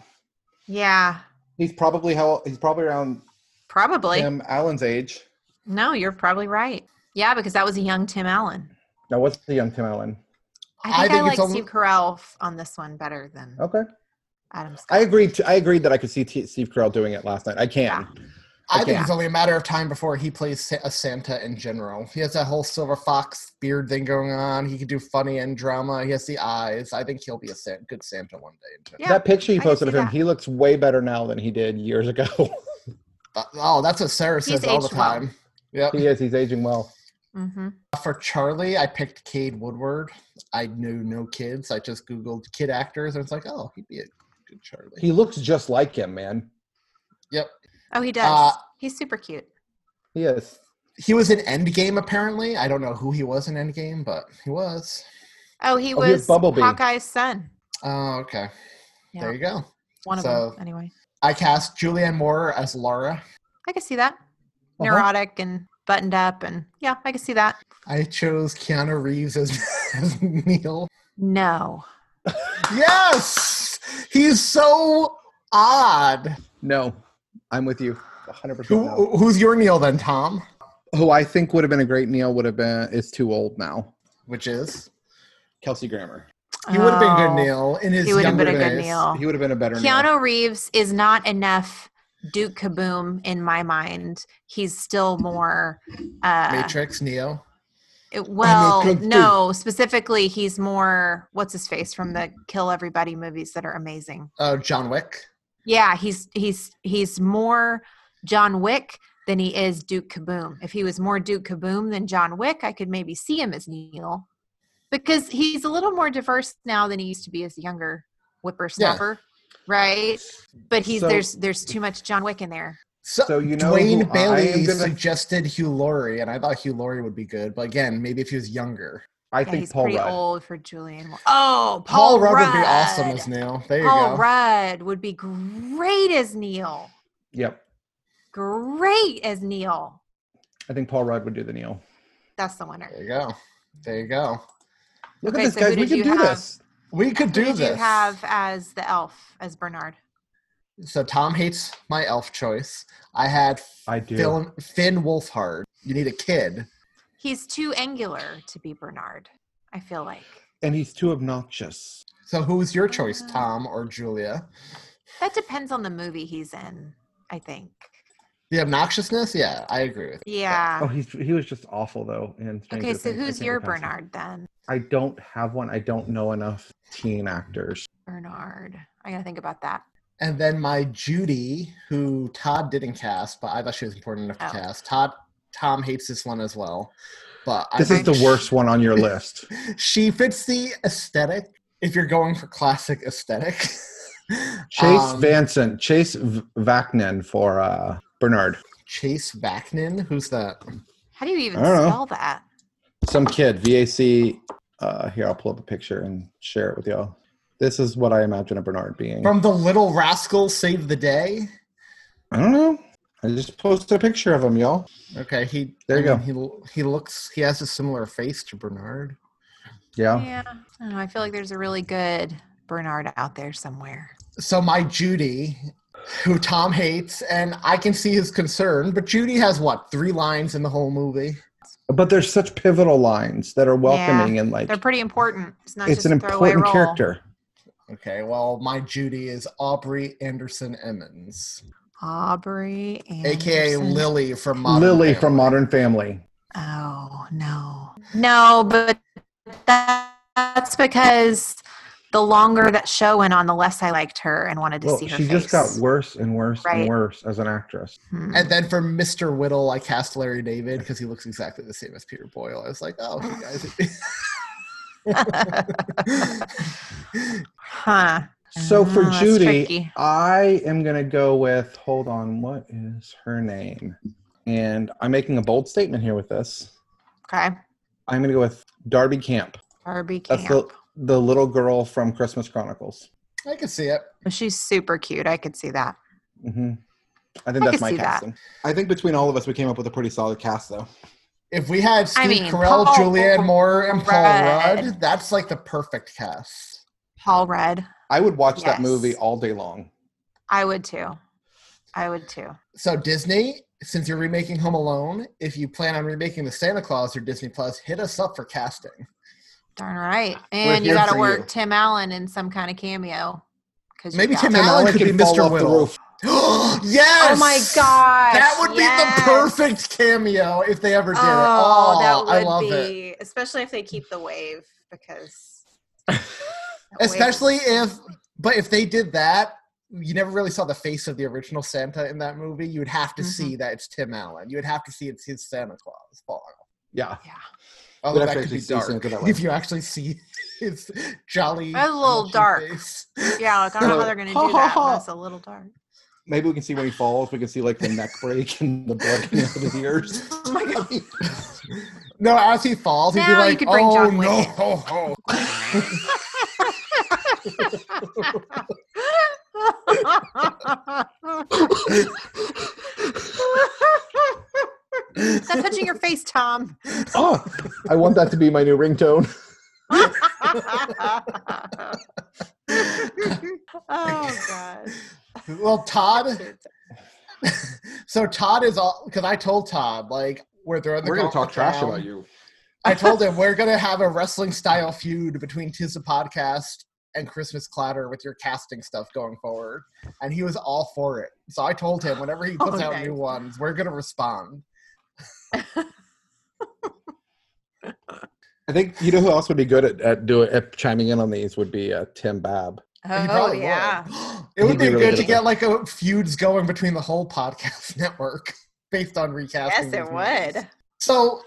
Speaker 1: Yeah,
Speaker 2: he's probably how he's probably around
Speaker 1: probably.
Speaker 2: Tim Allen's age.
Speaker 1: No, you're probably right. Yeah, because that was a young Tim Allen.
Speaker 2: Now, what's the young Tim Allen?
Speaker 1: I think I,
Speaker 3: think
Speaker 1: like
Speaker 3: it's Oh, only-
Speaker 1: Steve Carell f- on this one better than
Speaker 2: Okay,
Speaker 1: Adam Scott.
Speaker 2: I agreed. To, I agreed that I could see T- Steve Carell doing it last night. I can.
Speaker 3: I
Speaker 2: Okay.
Speaker 3: think it's only a matter of time before he plays Sa- a Santa in general. He has that whole silver fox beard thing going on. He can do funny and drama. He has the eyes. I think he'll be a San- good Santa one day. in general.
Speaker 1: Yeah,
Speaker 2: That picture you
Speaker 1: I can
Speaker 2: posted
Speaker 1: see
Speaker 2: of him,
Speaker 1: that.
Speaker 2: he looks way better now than he did years ago.
Speaker 3: Uh, Oh, that's what Sarah says all the
Speaker 1: aged well.
Speaker 3: time. Yep.
Speaker 2: he is. He's aging well.
Speaker 1: hmm
Speaker 3: For Charlie, I picked Cade Woodward. I knew no kids. I just Googled kid actors and it's like, oh, he'd be a good Charlie.
Speaker 2: He looks just like him, man.
Speaker 3: yep.
Speaker 1: Oh, he does.
Speaker 3: Uh,
Speaker 1: He's super cute.
Speaker 2: He is.
Speaker 3: He was in Endgame, apparently. I don't know who he was in Endgame, but he was.
Speaker 1: Oh, he
Speaker 2: oh, he was
Speaker 1: was
Speaker 2: Bumblebee.
Speaker 1: Hawkeye's son.
Speaker 3: Oh, okay.
Speaker 1: Yeah,
Speaker 3: There you go.
Speaker 1: one of
Speaker 3: so-
Speaker 1: them. Anyway,
Speaker 3: I cast Julianne Moore as Laura.
Speaker 1: I can see that.
Speaker 2: Uh-huh.
Speaker 1: Neurotic and buttoned up, and yeah, I can see that.
Speaker 3: I chose Keanu Reeves as, as Neil.
Speaker 1: No,
Speaker 3: Yes! He's so odd.
Speaker 2: No, I'm with you. 100%
Speaker 3: Who,
Speaker 2: no.
Speaker 3: who's your Neil then, Tom?
Speaker 2: Who I think would have been a great Neil would have been is too old now.
Speaker 3: Which is?
Speaker 2: Kelsey Grammer.
Speaker 3: He would have been
Speaker 1: Oh,
Speaker 3: good Neil in his
Speaker 1: He would have
Speaker 3: younger
Speaker 1: been a good
Speaker 3: days.
Speaker 1: Neil.
Speaker 2: He would have been a better Neil.
Speaker 1: Keanu Reeves is not enough Duke Kaboom in my mind. He's still more uh,
Speaker 3: Matrix Neo.
Speaker 1: It- well,
Speaker 3: good
Speaker 1: no, specifically, he's more what's his face from the Kill Everybody movies that are amazing.
Speaker 3: Uh, John Wick.
Speaker 1: Yeah, he's he's he's more John Wick than he is Duke Kaboom. If he was more Duke Kaboom than John Wick, I could maybe see him as Neil because he's a little more diverse now than he used to be as a younger whippersnapper, right? But he's
Speaker 2: So-
Speaker 1: there's there's too much John Wick in there.
Speaker 3: So,
Speaker 2: So you know who
Speaker 3: Dwayne
Speaker 2: I am
Speaker 3: Bailey
Speaker 2: gonna-
Speaker 3: suggested Hugh Laurie, and I thought Hugh Laurie would be good, but again, maybe if he was younger.
Speaker 2: I
Speaker 1: Yeah,
Speaker 2: think
Speaker 1: he's
Speaker 2: Paul
Speaker 1: pretty
Speaker 2: Rudd.
Speaker 1: old for Julian. Moore. Oh,
Speaker 3: Paul,
Speaker 1: Paul,
Speaker 3: Rudd
Speaker 1: Rudd
Speaker 3: would be awesome as Neil. There you
Speaker 1: Paul
Speaker 3: go.
Speaker 1: Rudd would be great as Neil.
Speaker 2: Yep.
Speaker 1: Great as Neil.
Speaker 2: I think Paul Rudd would do the Neil.
Speaker 1: That's the winner.
Speaker 3: There you go. There you go.
Speaker 2: Look
Speaker 1: Okay,
Speaker 2: at this,
Speaker 1: so
Speaker 2: guys.
Speaker 1: who
Speaker 2: We
Speaker 1: did
Speaker 2: can
Speaker 1: you
Speaker 2: do
Speaker 1: have?
Speaker 2: this.
Speaker 3: We could do
Speaker 1: Who did
Speaker 3: this.
Speaker 1: you have as the elf, as Bernard?
Speaker 3: So Tom hates my elf choice. I had
Speaker 2: I do.
Speaker 3: Phil, Finn Wolfhard. You need a kid.
Speaker 1: He's too angular to be Bernard, I feel like.
Speaker 2: And he's too obnoxious.
Speaker 3: So who's your choice,
Speaker 1: Uh.
Speaker 3: Tom or Julia?
Speaker 1: That depends on the movie he's in, I think.
Speaker 3: The obnoxiousness? Yeah, I agree with you.
Speaker 2: Oh,
Speaker 1: Yeah.
Speaker 2: he's he was just awful though. And
Speaker 1: Ah. Okay, so who's your Bernard then?
Speaker 2: I don't have one. I don't know enough teen actors.
Speaker 1: Bernard. I gotta think about that.
Speaker 3: And then my Judy, who Todd didn't cast, but I thought she was important enough to
Speaker 1: Oh.
Speaker 3: cast. Todd Tom hates this one as well. But I
Speaker 2: This is
Speaker 3: think
Speaker 2: the worst one on your list.
Speaker 3: she fits the aesthetic if you're going for classic aesthetic.
Speaker 2: Chase
Speaker 3: Um,
Speaker 2: Vanson, Chase v- Vaknin for uh, Bernard.
Speaker 3: Chase Vaknin, who's that?
Speaker 1: How do you even
Speaker 2: I don't know.
Speaker 1: spell that?
Speaker 2: Some kid, VAC. Uh, here, I'll pull up a picture and share it with y'all. This is what I imagine a Bernard being.
Speaker 3: From the Little Rascal Save the Day.
Speaker 2: I don't know. I just posted a picture of him, y'all.
Speaker 3: Okay, he
Speaker 2: There you
Speaker 3: I mean, He he looks he has a similar face to Bernard.
Speaker 2: Yeah.
Speaker 1: Yeah. I don't know. I feel like there's a really good Bernard out there somewhere.
Speaker 3: So my Judy, who Tom hates, and I can see his concern, but Judy has what three lines in the whole movie.
Speaker 2: But there's such pivotal lines that are welcoming and like
Speaker 1: They're pretty important. It's not
Speaker 2: it's
Speaker 1: just
Speaker 2: an
Speaker 1: a throwaway
Speaker 2: important
Speaker 1: role.
Speaker 2: character.
Speaker 3: Okay, well my Judy is Aubrey Anderson Emmons.
Speaker 1: Aubrey and
Speaker 3: AKA Lily from Modern
Speaker 2: Lily
Speaker 3: Family.
Speaker 2: from Modern Family.
Speaker 1: Oh no, no, but that, that's because the longer that show went on, the less I liked her and wanted to
Speaker 2: Well,
Speaker 1: see
Speaker 2: she
Speaker 1: her.
Speaker 2: just
Speaker 1: face. Hmm.
Speaker 2: got worse and worse
Speaker 1: Right.
Speaker 2: and worse as an actress.
Speaker 3: And then for Mr. Whittle, I cast Larry David because he looks exactly the same as Peter Boyle. I was like, oh, you guys.
Speaker 1: huh.
Speaker 2: So for
Speaker 1: Oh, that's
Speaker 2: Judy,
Speaker 1: tricky.
Speaker 2: I am going to go with hold on, what is her name? And I'm making a bold statement here with this.
Speaker 1: Okay.
Speaker 2: I'm going to go with Darby Camp.
Speaker 1: Barbie Camp.
Speaker 2: That's the, the little girl from Christmas Chronicles.
Speaker 3: I can see it.
Speaker 1: She's super cute. I could see that.
Speaker 2: hmm I think
Speaker 1: I
Speaker 2: that's
Speaker 1: could
Speaker 2: my
Speaker 1: see that.
Speaker 2: casting. I think between all of us, we came up with a pretty solid cast, though.
Speaker 3: If we had Steve
Speaker 1: I mean,
Speaker 3: Carell,
Speaker 1: Paul
Speaker 3: Julianne Moore, and Paul
Speaker 1: Rudd.
Speaker 3: Rudd, that's like the perfect cast.
Speaker 1: Paul Rudd.
Speaker 2: I would watch
Speaker 1: Yes.
Speaker 2: that movie all day long.
Speaker 1: I would too. I would too.
Speaker 3: So Disney, since you're remaking Home Alone, if you plan on remaking the Santa Claus or Disney Plus, hit us up for casting.
Speaker 1: Darn right. And you
Speaker 3: here
Speaker 1: got to
Speaker 3: for
Speaker 1: work
Speaker 3: you.
Speaker 1: Tim Allen in some kind of cameo. 'cause you
Speaker 3: Maybe
Speaker 1: got
Speaker 3: Tim
Speaker 1: it.
Speaker 3: Allen could be
Speaker 2: can fall
Speaker 3: Mr.
Speaker 2: off the
Speaker 3: Whittle.
Speaker 2: roof.
Speaker 3: yes!
Speaker 1: Oh my gosh.
Speaker 3: That would
Speaker 1: yes.
Speaker 3: be the perfect cameo if they ever did it.
Speaker 1: Oh, that would
Speaker 3: I love it.
Speaker 1: be, especially if they keep the wave because. that wave is-
Speaker 3: Especially if, but if they did that, you never really saw the face of the original Santa in that movie. You would have to
Speaker 1: Mhm.
Speaker 3: see that it's Tim Allen. You would have to see it's his Santa Claus falling. off.
Speaker 2: Yeah.
Speaker 1: Yeah.
Speaker 3: Although
Speaker 2: have
Speaker 3: Oh, that
Speaker 2: to
Speaker 3: could be
Speaker 2: actually see
Speaker 3: dark
Speaker 2: Santa that way.
Speaker 3: if you actually see his jolly.
Speaker 1: That's a little
Speaker 3: mushy
Speaker 1: dark.
Speaker 3: face.
Speaker 1: Yeah, like, I don't know how
Speaker 2: Really?
Speaker 1: they're going to
Speaker 2: Ha,
Speaker 1: do
Speaker 2: ha,
Speaker 1: that.
Speaker 2: ha.
Speaker 1: when It's a little dark.
Speaker 2: Maybe we can see when he falls. We can see like the neck break and the blood coming out of his ears.
Speaker 3: no, as he falls, he'd be
Speaker 1: Now you
Speaker 3: like,
Speaker 1: could bring
Speaker 3: "Oh
Speaker 1: John Wick
Speaker 3: no!"
Speaker 1: in." Stop touching your face, Tom.
Speaker 2: oh, I want that to be my new ringtone.
Speaker 1: oh gosh.
Speaker 3: Well, Todd. So Todd is all because I told Todd like we're throwing the
Speaker 4: We're gonna
Speaker 3: gauntlet
Speaker 4: talk trash
Speaker 3: down.
Speaker 4: about you.
Speaker 3: I told him we're gonna have a wrestling style feud between Tis the Podcast and Christmas Clatter with your casting stuff going forward, and he was all for it. So I told him whenever he puts
Speaker 1: Oh,
Speaker 3: out
Speaker 1: nice.
Speaker 3: new ones, we're gonna respond.
Speaker 2: I think you know who else would be good at, at doing at chiming in on these would be uh, Tim Babb.
Speaker 3: He
Speaker 1: Oh
Speaker 3: probably
Speaker 1: yeah.
Speaker 3: would. It would
Speaker 2: He'd
Speaker 3: be,
Speaker 2: be really
Speaker 3: good
Speaker 2: good
Speaker 3: to
Speaker 2: at
Speaker 3: get
Speaker 2: that.
Speaker 3: like a feuds going between the whole podcast network based on recasting.
Speaker 1: Yes, it
Speaker 3: these movies.
Speaker 1: would.
Speaker 3: So,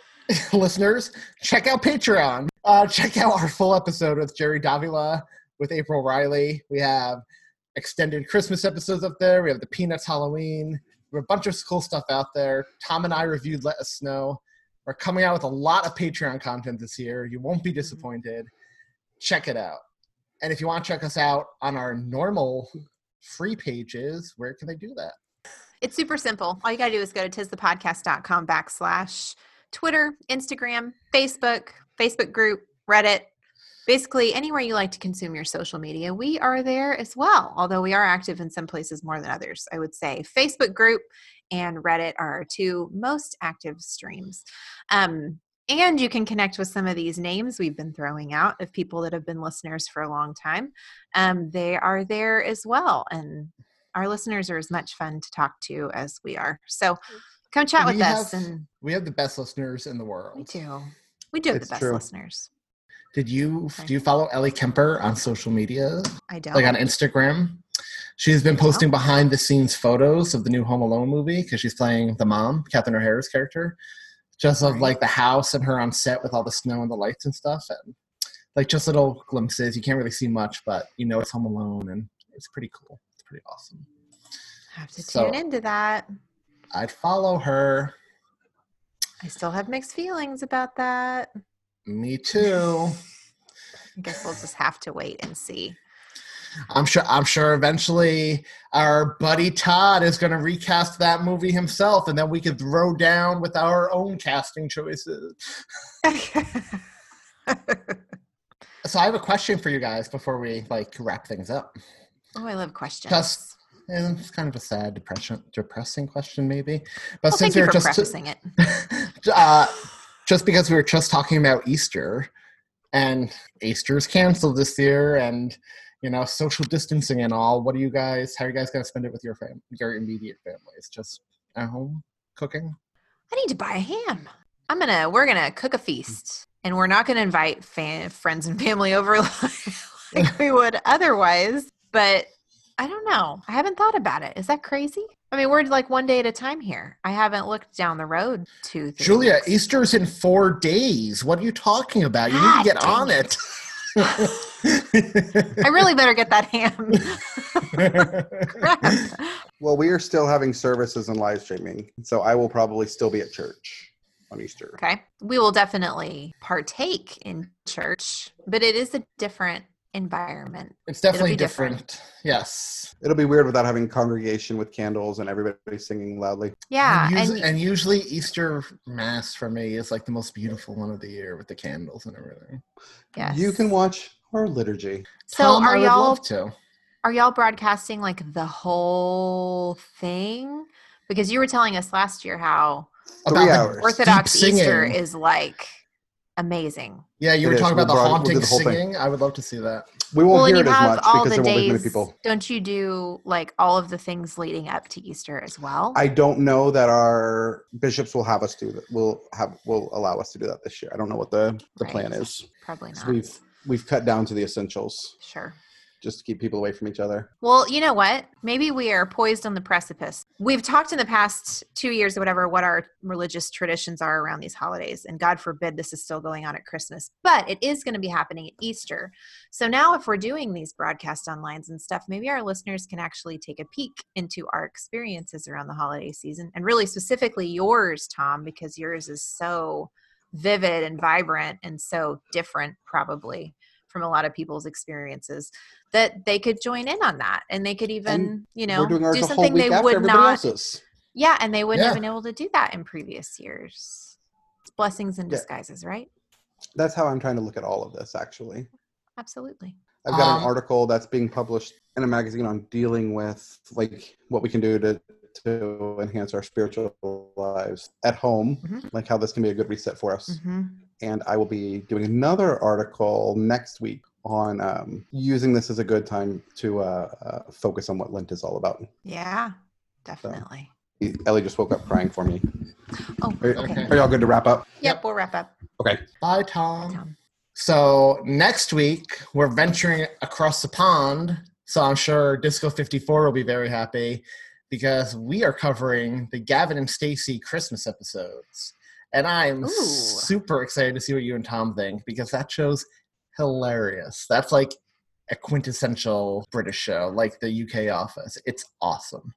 Speaker 3: listeners, check out Patreon. Uh, check out our full episode with Jerry Davila, with April Riley. We have extended Christmas episodes up there. We have the Peanuts Halloween. We have a bunch of cool stuff out there. Tom and I reviewed Let Us Snow. We're coming out with a lot of Patreon content this year. You won't be
Speaker 1: Mm-hmm.
Speaker 3: disappointed. Check it out. And if you want to check us out on our normal free pages, where can they do that?
Speaker 1: It's super simple. All you got to do is go to tisthepodcast.com backslash Twitter, Instagram, Facebook, Facebook group, Reddit, basically anywhere you like to consume your social media. We are there as well, although we are active in some places more than others. I would say Facebook group and Reddit are our two most active streams. Um, and you can connect with some of these names we've been throwing out of people that have been listeners for a long time. Um, they are there as well. And our listeners are as much fun to talk to as we are. So come chat
Speaker 3: We
Speaker 1: with us.
Speaker 3: have-
Speaker 1: And
Speaker 3: We have the best listeners in the world.
Speaker 1: we do. We do have the
Speaker 2: It's
Speaker 1: best
Speaker 2: true.
Speaker 1: listeners.
Speaker 3: Did you do you follow Ellie Kemper on social media,
Speaker 1: I don't.
Speaker 3: like on Instagram? She's been posting
Speaker 1: No.
Speaker 3: behind the scenes photos of the new Home Alone movie because she's playing the mom, Catherine O'Hara's character, just of
Speaker 1: Right.
Speaker 3: like the house and her on set with all the snow and the lights and stuff, and like just little glimpses. You can't really see much, but you know it's Home Alone, and it's pretty cool. It's pretty awesome.
Speaker 1: have to
Speaker 3: So-
Speaker 1: tune into that.
Speaker 3: I'd follow her.
Speaker 1: I still have mixed feelings about that.
Speaker 3: Me too.
Speaker 1: I guess we'll just have to wait and see.
Speaker 3: I'm sure. I'm sure eventually our buddy Todd is going to recast that movie himself, and then we could throw down with our own casting choices.
Speaker 1: oh,
Speaker 3: So I have a question for you guys before we like wrap things up.
Speaker 1: I love questions.
Speaker 3: Just- And it's kind of a sad, depression, depressing question, maybe. But
Speaker 1: well,
Speaker 3: since
Speaker 1: thank you
Speaker 3: we're
Speaker 1: for
Speaker 3: just
Speaker 1: prefacing it.
Speaker 3: uh, just because we were just talking about Easter, and Easter's canceled this year, and you know, social distancing and all. What do you guys? How are you guys gonna spend it with your fam, your immediate families? Just at home cooking.
Speaker 1: I need to buy a ham. I'm gonna. We're gonna
Speaker 3: Mm.
Speaker 1: cook a feast, and we're not gonna invite fan, friends and family over like we would otherwise. But I don't know. I haven't thought about it. Is that crazy? I mean, we're like one day at a time here. I haven't looked down the road to
Speaker 3: Julia. Weeks. Easter's in four days. What are you talking about? You God, need to get on it.
Speaker 1: I really better get that ham.
Speaker 2: well, we are still having services and live streaming, so I will probably still be at church on Easter.
Speaker 1: Okay, we will definitely partake in church, but it is a different environment.
Speaker 3: It's definitely different. different. Yes.
Speaker 2: It'll be weird without having congregation with candles and everybody singing loudly.
Speaker 1: Yeah.
Speaker 3: And usually, and, and usually, Easter Mass for me is like the most beautiful one of the year with the candles and everything.
Speaker 1: Yes.
Speaker 2: You can watch our liturgy.
Speaker 1: So Tom, are y'all Are y'all broadcasting like the whole thing? Because you were telling us last year how
Speaker 2: Three hours.
Speaker 1: Orthodox Easter is like amazing.
Speaker 3: Yeah, you it were talking is. about we'll the haunting we'll the singing. Thing. I would love to see that.
Speaker 2: We won't well, hear it as much because there won't be many people.
Speaker 1: Don't you do like all of the things leading up to Easter as well?
Speaker 2: I don't know that our bishops will have us do that. Will have will allow us to do that this year. I don't know what the the right. plan is.
Speaker 1: Probably not.
Speaker 2: So we've we've cut down to the essentials.
Speaker 1: Sure.
Speaker 2: Just to keep people away from each other.
Speaker 1: Well, you know what? Maybe we are poised on the precipice. We've talked in the past two years or whatever what our religious traditions are around these holidays. And God forbid this is still going on at Christmas, but it is going to be happening at Easter. So now, if we're doing these broadcast onlines and stuff, maybe our listeners can actually take a peek into our experiences around the holiday season and really specifically yours, Tom, because yours is so vivid and vibrant and so different probably from a lot of people's experiences that they could join in on that and they could even and you know do something they would not else's. yeah and they wouldn't yeah. have been able to do that in previous years it's blessings and disguises yeah. right
Speaker 2: that's how i'm trying to look at all of this actually
Speaker 1: absolutely
Speaker 2: i've got um, an article that's being published in a magazine on dealing with like what we can do to to enhance our spiritual lives at home, mm-hmm. like how this can be a good reset for us. Mm-hmm. And I will be doing another article next week on um, using this as a good time to uh, uh, focus on what Lent is all about.
Speaker 1: Yeah, definitely.
Speaker 2: So, Ellie just woke up crying for me.
Speaker 1: Oh,
Speaker 2: are, okay. are y'all good to wrap up?
Speaker 1: Yep, yep. we'll wrap up.
Speaker 2: Okay.
Speaker 3: Bye, Tom. Bye, Tom. So next week we're venturing across the pond. So I'm sure Disco 54 will be very happy because we are covering the Gavin and Stacey Christmas episodes. And I'm Ooh. super excited to see what you and Tom think because that show's hilarious. That's like a quintessential British show, like the UK Office. It's awesome.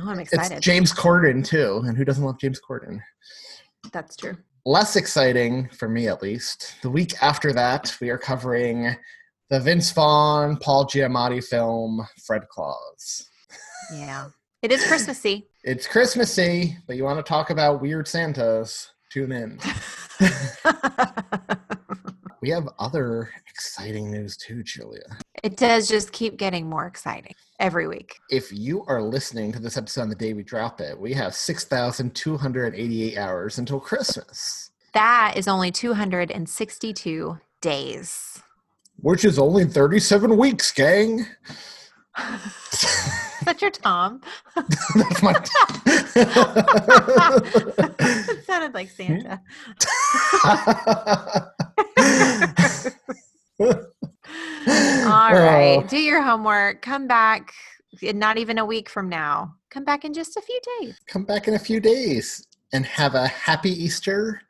Speaker 1: Oh, I'm excited.
Speaker 3: It's James Corden, too. And who doesn't love James Corden?
Speaker 1: That's true.
Speaker 3: Less exciting, for me at least, the week after that, we are covering the Vince Vaughn, Paul Giamatti film, Fred Claus.
Speaker 1: Yeah. It is Christmassy.
Speaker 3: It's Christmassy, but you want to talk about weird Santas? Tune in. we have other exciting news too, Julia.
Speaker 1: It does just keep getting more exciting every week.
Speaker 3: If you are listening to this episode on the day we drop it, we have 6,288 hours until Christmas.
Speaker 1: That is only 262 days,
Speaker 3: which is only 37 weeks, gang.
Speaker 1: Is that your Tom?
Speaker 3: That's my
Speaker 1: Tom. sounded like Santa. All right. Oh. Do your homework. Come back not even a week from now. Come back in just a few days.
Speaker 3: Come back in a few days and have a happy Easter.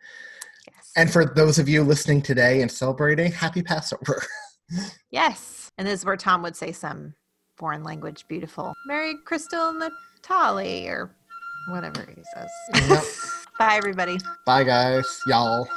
Speaker 3: Yes. And for those of you listening today and celebrating, happy Passover.
Speaker 1: yes. And this is where Tom would say some foreign language beautiful. Mary Crystal Natali or whatever he says. Yep. Bye everybody.
Speaker 3: Bye guys. Y'all.